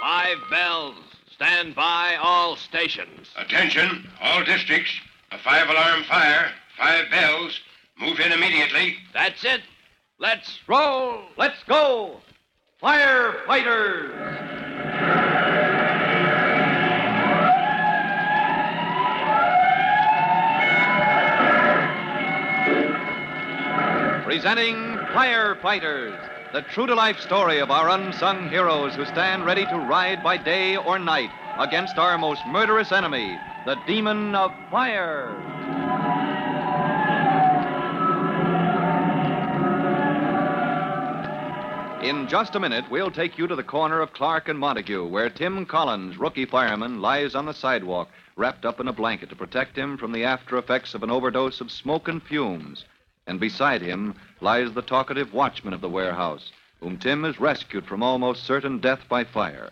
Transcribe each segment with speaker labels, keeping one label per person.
Speaker 1: Five bells. Stand by all stations.
Speaker 2: Attention, all districts. A five alarm fire, five bells. Move in immediately.
Speaker 1: That's it. Let's roll. Let's go. Firefighters. Presenting Firefighters, the true to life story of our unsung heroes who stand ready to ride by day or night against our most murderous enemy, the demon of fire. In just a minute, we'll take you to the corner of Clark and Montague, where Tim Collins, rookie fireman, lies on the sidewalk, wrapped up in a blanket to protect him from the after effects of an overdose of smoke and fumes. And beside him lies the talkative watchman of the warehouse, whom Tim has rescued from almost certain death by fire.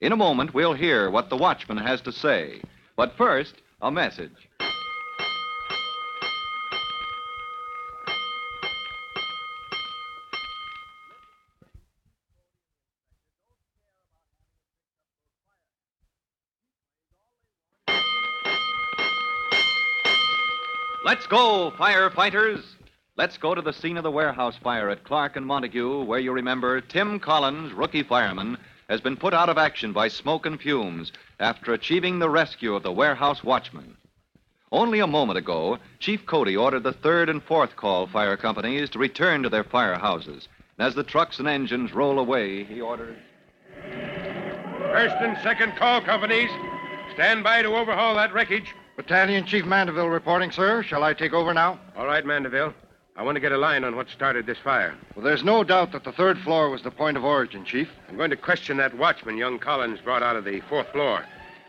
Speaker 1: In a moment, we'll hear what the watchman has to say. But first, a message. Let's go, firefighters! Let's go to the scene of the warehouse fire at Clark and Montague, where you remember Tim Collins, rookie fireman, has been put out of action by smoke and fumes after achieving the rescue of the warehouse watchman. Only a moment ago, Chief Cody ordered the third and fourth call fire companies to return to their firehouses. And as the trucks and engines roll away, he ordered.
Speaker 2: First and second call companies, stand by to overhaul that wreckage.
Speaker 3: Battalion Chief Mandeville reporting, sir. Shall I take over now?
Speaker 2: All right, Mandeville. I want to get a line on what started this fire.
Speaker 3: Well, there's no doubt that the third floor was the point of origin, Chief.
Speaker 2: I'm going to question that watchman young Collins brought out of the fourth floor.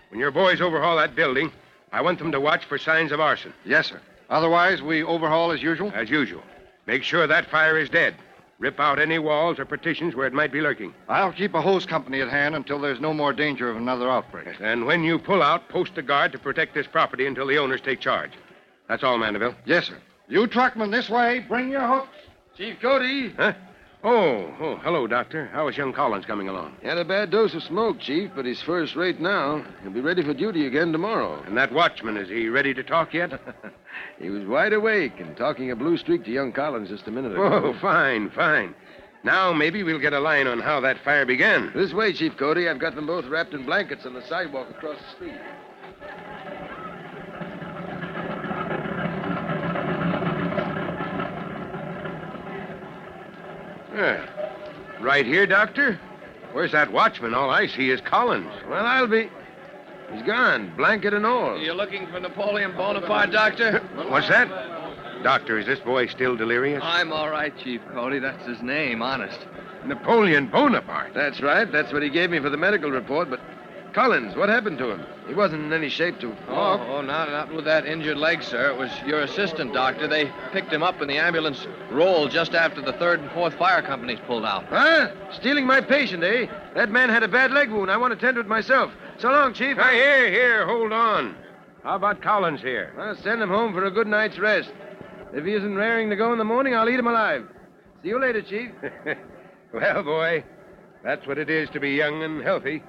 Speaker 2: When your boys overhaul that building, I want them to watch for signs of arson,
Speaker 3: Yes, sir. Otherwise, we overhaul as usual.
Speaker 2: as usual. Make sure that fire is dead. Rip out any walls or partitions where it might be lurking.
Speaker 3: I'll keep a hose company at hand until there's no more danger of another outbreak.
Speaker 2: And when you pull out, post a guard to protect this property until the owners take charge. That's all, Mandeville.
Speaker 3: Yes, sir. You truckmen this way. Bring your hooks. Chief Cody.
Speaker 2: Huh? Oh, oh, hello, Doctor. How is young Collins coming along?
Speaker 4: Had a bad dose of smoke, Chief, but he's first rate now. He'll be ready for duty again tomorrow.
Speaker 2: And that watchman, is he ready to talk yet?
Speaker 4: He was wide awake and talking a blue streak to young Collins just a minute ago.
Speaker 2: oh, fine, fine. Now maybe we'll get a line on how that fire began.
Speaker 4: This way, Chief Cody. I've got them both wrapped in blankets on the sidewalk across the street.
Speaker 2: Yeah. Right here, Doctor? Where's that watchman? All I see is Collins.
Speaker 4: Well, I'll be. He's gone, blanket and all.
Speaker 5: You're looking for Napoleon Bonaparte, Doctor?
Speaker 2: What's that? Doctor, is this boy still delirious?
Speaker 5: I'm all right, Chief Cody. That's his name, honest.
Speaker 2: Napoleon Bonaparte.
Speaker 4: That's right. That's what he gave me for the medical report. But Collins, what happened to him? He wasn't in any shape to
Speaker 5: Oh,
Speaker 4: walk.
Speaker 5: oh not, not with that injured leg, sir. It was your assistant, Doctor. They picked him up in the ambulance rolled just after the third and fourth fire companies pulled out.
Speaker 4: Huh? Stealing my patient, eh? That man had a bad leg wound. I want to tend to it myself. So long, Chief.
Speaker 2: Now, here, here, hold on. How about Collins here?
Speaker 4: I'll send him home for a good night's rest. If he isn't raring to go in the morning, I'll eat him alive. See you later, Chief.
Speaker 2: well, boy, that's what it is to be young and healthy.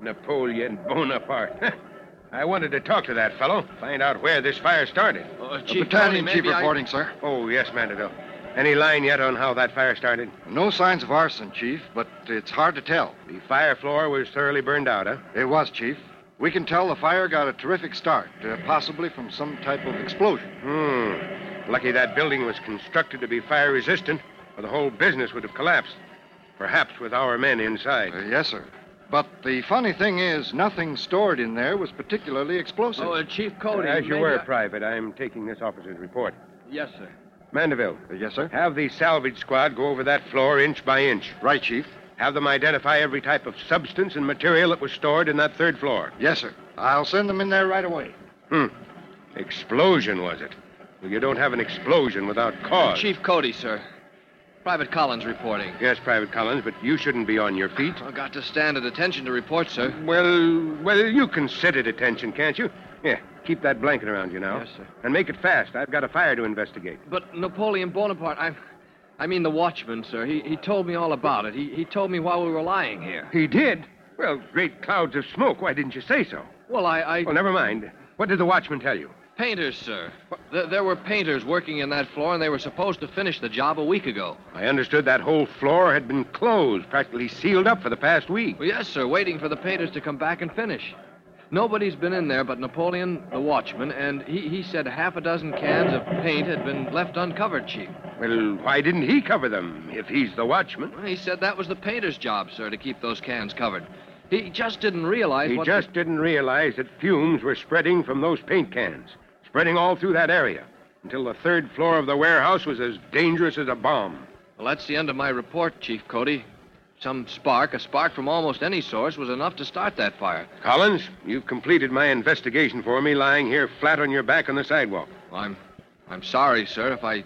Speaker 2: Napoleon Bonaparte. I wanted to talk to that fellow, find out where this fire started.
Speaker 5: Oh,
Speaker 3: The
Speaker 5: Cody,
Speaker 3: battalion
Speaker 5: maybe
Speaker 3: chief
Speaker 5: I-
Speaker 3: reporting, sir.
Speaker 2: Oh, yes, Mandeville. Any line yet on how that fire started?
Speaker 3: No signs of arson, Chief, but it's hard to tell.
Speaker 2: The fire floor was thoroughly burned out, huh?
Speaker 3: It was, Chief. We can tell the fire got a terrific start, uh, possibly from some type of explosion.
Speaker 2: Hmm. Lucky that building was constructed to be fire resistant, or the whole business would have collapsed. Perhaps with our men inside.
Speaker 3: Uh, yes, sir. But the funny thing is, nothing stored in there was particularly explosive.
Speaker 5: Oh, uh, Chief Cody.
Speaker 2: As you
Speaker 5: maybe
Speaker 2: were,
Speaker 5: I-
Speaker 2: Private, I'm taking this officer's report.
Speaker 5: Yes, sir.
Speaker 2: Mandeville,
Speaker 3: Uh, yes, sir.
Speaker 2: have the salvage squad go over that floor inch by inch.
Speaker 3: Right, Chief.
Speaker 2: Have them identify every type of substance and material that was stored in that third floor.
Speaker 3: Yes, sir. I'll send them in there right away.
Speaker 2: Hmm. Explosion, was it? Well, you don't have an explosion without cause.
Speaker 5: Chief Cody, sir. Private Collins reporting.
Speaker 2: Yes, Private Collins, but you shouldn't be on your feet.
Speaker 5: I got to stand at attention to report, sir.
Speaker 2: Well, well, you can sit at attention, can't you? Yeah, keep that blanket around you now.
Speaker 5: Yes, sir.
Speaker 2: And make it fast. I've got a fire to investigate.
Speaker 5: But Napoleon Bonaparte, I, I mean the watchman, sir. He, he told me all about it. He, he told me while we were lying here.
Speaker 2: He did? Well, great clouds of smoke. Why didn't you say so?
Speaker 5: Well, I. I...
Speaker 2: Well, never mind. What did the watchman tell you?
Speaker 5: Painters, sir. Th- there were painters working in that floor, and they were supposed to finish the job a week ago.
Speaker 2: I understood that whole floor had been closed, practically sealed up for the past week.
Speaker 5: Well, yes, sir, waiting for the painters to come back and finish. Nobody's been in there but Napoleon, the watchman, and he, he said half a dozen cans of paint had been left uncovered, Chief.
Speaker 2: Well, why didn't he cover them if he's the watchman?
Speaker 5: Well, he said that was the painter's job, sir, to keep those cans covered. He just didn't realize
Speaker 2: He
Speaker 5: what.
Speaker 2: just didn't realize that fumes were spreading from those paint cans, spreading all through that area, until the third floor of the warehouse was as dangerous as a bomb.
Speaker 5: Well, that's the end of my report, Chief Cody. Some spark, a spark from almost any source, was enough to start that fire.
Speaker 2: Collins, you've completed my investigation for me, lying here flat on your back on the sidewalk.
Speaker 5: Well, I'm, I'm sorry, sir, if I.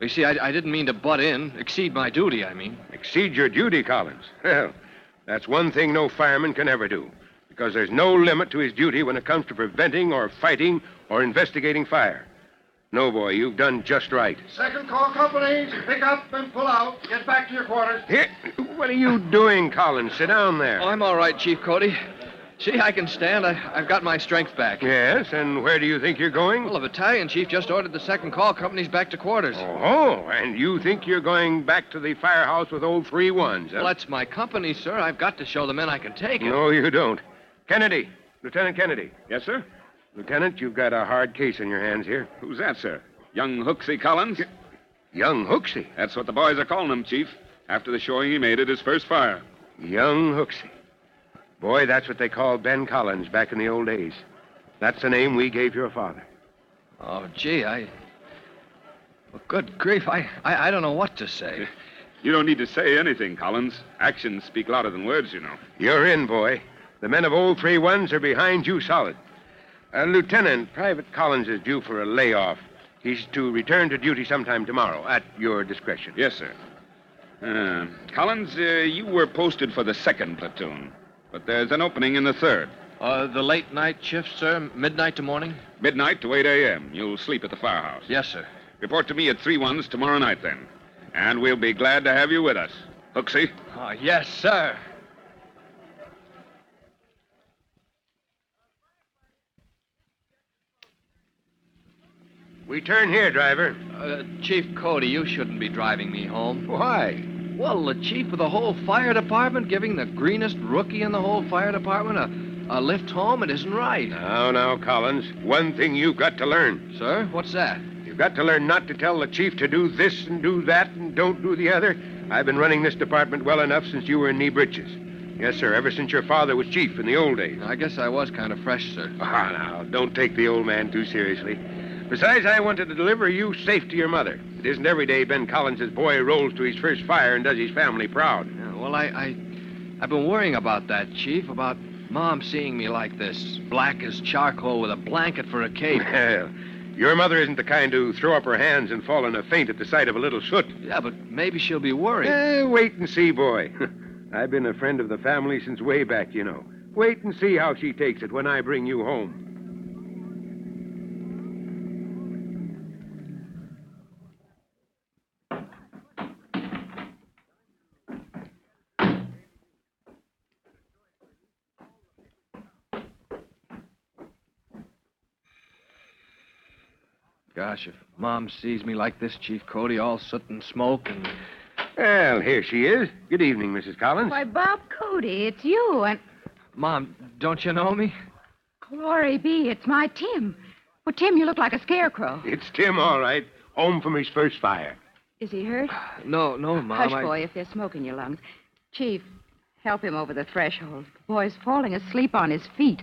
Speaker 5: You see, I, I didn't mean to butt in, exceed my duty. I mean.
Speaker 2: Exceed your duty, Collins. Well, that's one thing no fireman can ever do, because there's no limit to his duty when it comes to preventing or fighting or investigating fire. No, boy, you've done just right.
Speaker 3: Second call companies, pick up and pull out. Get back to your quarters.
Speaker 2: Here, what are you doing, Collins? Sit down there.
Speaker 5: Oh, I'm all right, Chief Cody. See, I can stand. I, I've got my strength back.
Speaker 2: Yes, and where do you think you're going?
Speaker 5: Well, the battalion chief just ordered the second call companies back to quarters.
Speaker 2: Oh, and you think you're going back to the firehouse with old three ones? huh?
Speaker 5: Well, that's my company, sir. I've got to show the men I can take it.
Speaker 2: No, you don't. Kennedy, Lieutenant Kennedy. Yes, sir. Lieutenant, you've got a hard case on your hands here.
Speaker 6: Who's that, sir? Young Hooksey Collins?
Speaker 2: Young Hooksey.
Speaker 6: That's what the boys are calling him, Chief. After the showing he made at his first fire.
Speaker 2: Young Hooksey. Boy, that's what they called Ben Collins back in the old days. That's the name we gave your father.
Speaker 5: Oh, gee, I. Well, good grief, I, I, I don't know what to say.
Speaker 6: You don't need to say anything, Collins. Actions speak louder than words, you know.
Speaker 2: You're in, boy. The men of old three ones are behind you solid. Uh, Lieutenant, Private Collins is due for a layoff. He's to return to duty sometime tomorrow, at your discretion.
Speaker 6: Yes, sir. Uh, Collins, uh, you were posted for the second platoon, but there's an opening in the third.
Speaker 5: Uh, the late night shift, sir, midnight to morning?
Speaker 6: Midnight to 8 a.m. You'll sleep at the firehouse.
Speaker 5: Yes, sir.
Speaker 6: Report to me at 3 1's tomorrow night, then. And we'll be glad to have you with us. Hooksey?
Speaker 5: Oh, yes, sir.
Speaker 2: We turn here, driver.
Speaker 5: Uh, chief Cody, you shouldn't be driving me home.
Speaker 2: Why?
Speaker 5: Well, the chief of the whole fire department giving the greenest rookie in the whole fire department a, a lift home, it isn't right.
Speaker 2: Now, now, Collins, one thing you've got to learn.
Speaker 5: Sir, what's that?
Speaker 2: You've got to learn not to tell the chief to do this and do that and don't do the other. I've been running this department well enough since you were in knee breeches. Yes, sir, ever since your father was chief in the old days.
Speaker 5: I guess I was kind of fresh, sir.
Speaker 2: Ah, now, don't take the old man too seriously. Besides, I wanted to deliver you safe to your mother. It isn't every day Ben Collins's boy rolls to his first fire and does his family proud.
Speaker 5: Yeah, well, I, I, I've been worrying about that, Chief. About Mom seeing me like this, black as charcoal, with a blanket for a cape.
Speaker 2: Well, your mother isn't the kind to throw up her hands and fall in a faint at the sight of a little soot.
Speaker 5: yeah, but maybe she'll be worried.
Speaker 2: Eh, wait and see, boy. I've been a friend of the family since way back, you know. Wait and see how she takes it when I bring you home.
Speaker 5: Gosh, if Mom sees me like this, Chief Cody, all soot and smoke, and
Speaker 2: Well, here she is. Good evening, Mrs. Collins.
Speaker 7: Why, Bob Cody, it's you, and
Speaker 5: Mom, don't you know me?
Speaker 7: glory be, it's my Tim. Well, Tim, you look like a scarecrow.
Speaker 2: It's Tim, all right. Home from his first fire.
Speaker 7: Is he hurt?
Speaker 5: No, no, Mom.
Speaker 7: Hush,
Speaker 5: I-
Speaker 7: boy, if there's smoke in your lungs. Chief, help him over the threshold. The boy's falling asleep on his feet.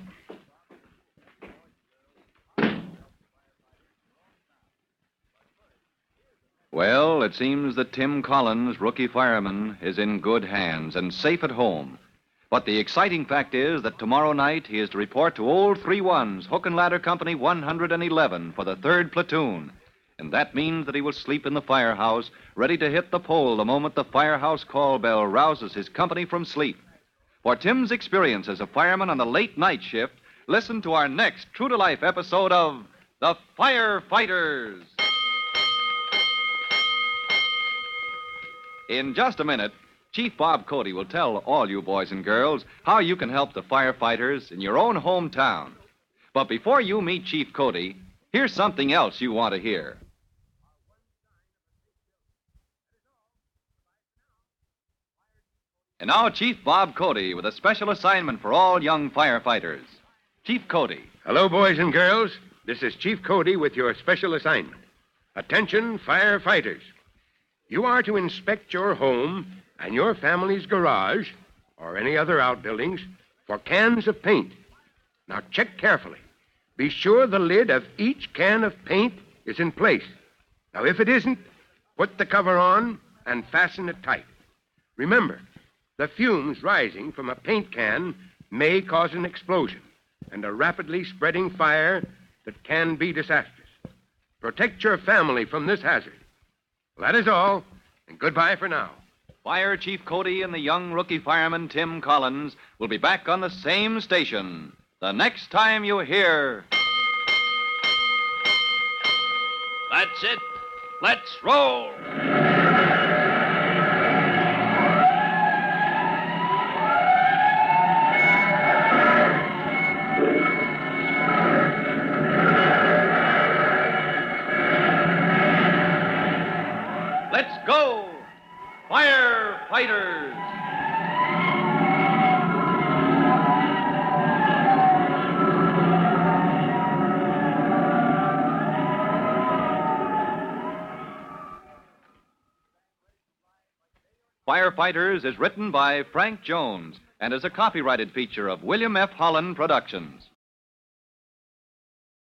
Speaker 1: Well, it seems that Tim Collins, rookie fireman, is in good hands and safe at home. But the exciting fact is that tomorrow night he is to report to Old Three Ones, Hook and Ladder Company 111, for the third platoon. And that means that he will sleep in the firehouse, ready to hit the pole the moment the firehouse call bell rouses his company from sleep. For Tim's experience as a fireman on the late night shift, listen to our next true to life episode of The Firefighters. In just a minute, Chief Bob Cody will tell all you boys and girls how you can help the firefighters in your own hometown. But before you meet Chief Cody, here's something else you want to hear. And now, Chief Bob Cody with a special assignment for all young firefighters. Chief Cody.
Speaker 2: Hello, boys and girls. This is Chief Cody with your special assignment. Attention, firefighters. You are to inspect your home and your family's garage or any other outbuildings for cans of paint. Now, check carefully. Be sure the lid of each can of paint is in place. Now, if it isn't, put the cover on and fasten it tight. Remember, the fumes rising from a paint can may cause an explosion and a rapidly spreading fire that can be disastrous. Protect your family from this hazard. Well, that is all, and goodbye for now.
Speaker 1: Fire Chief Cody and the young rookie fireman Tim Collins will be back on the same station the next time you hear.
Speaker 8: That's it. Let's roll.
Speaker 1: Let's go! Firefighters! Firefighters is written by Frank Jones and is a copyrighted feature of William F. Holland Productions.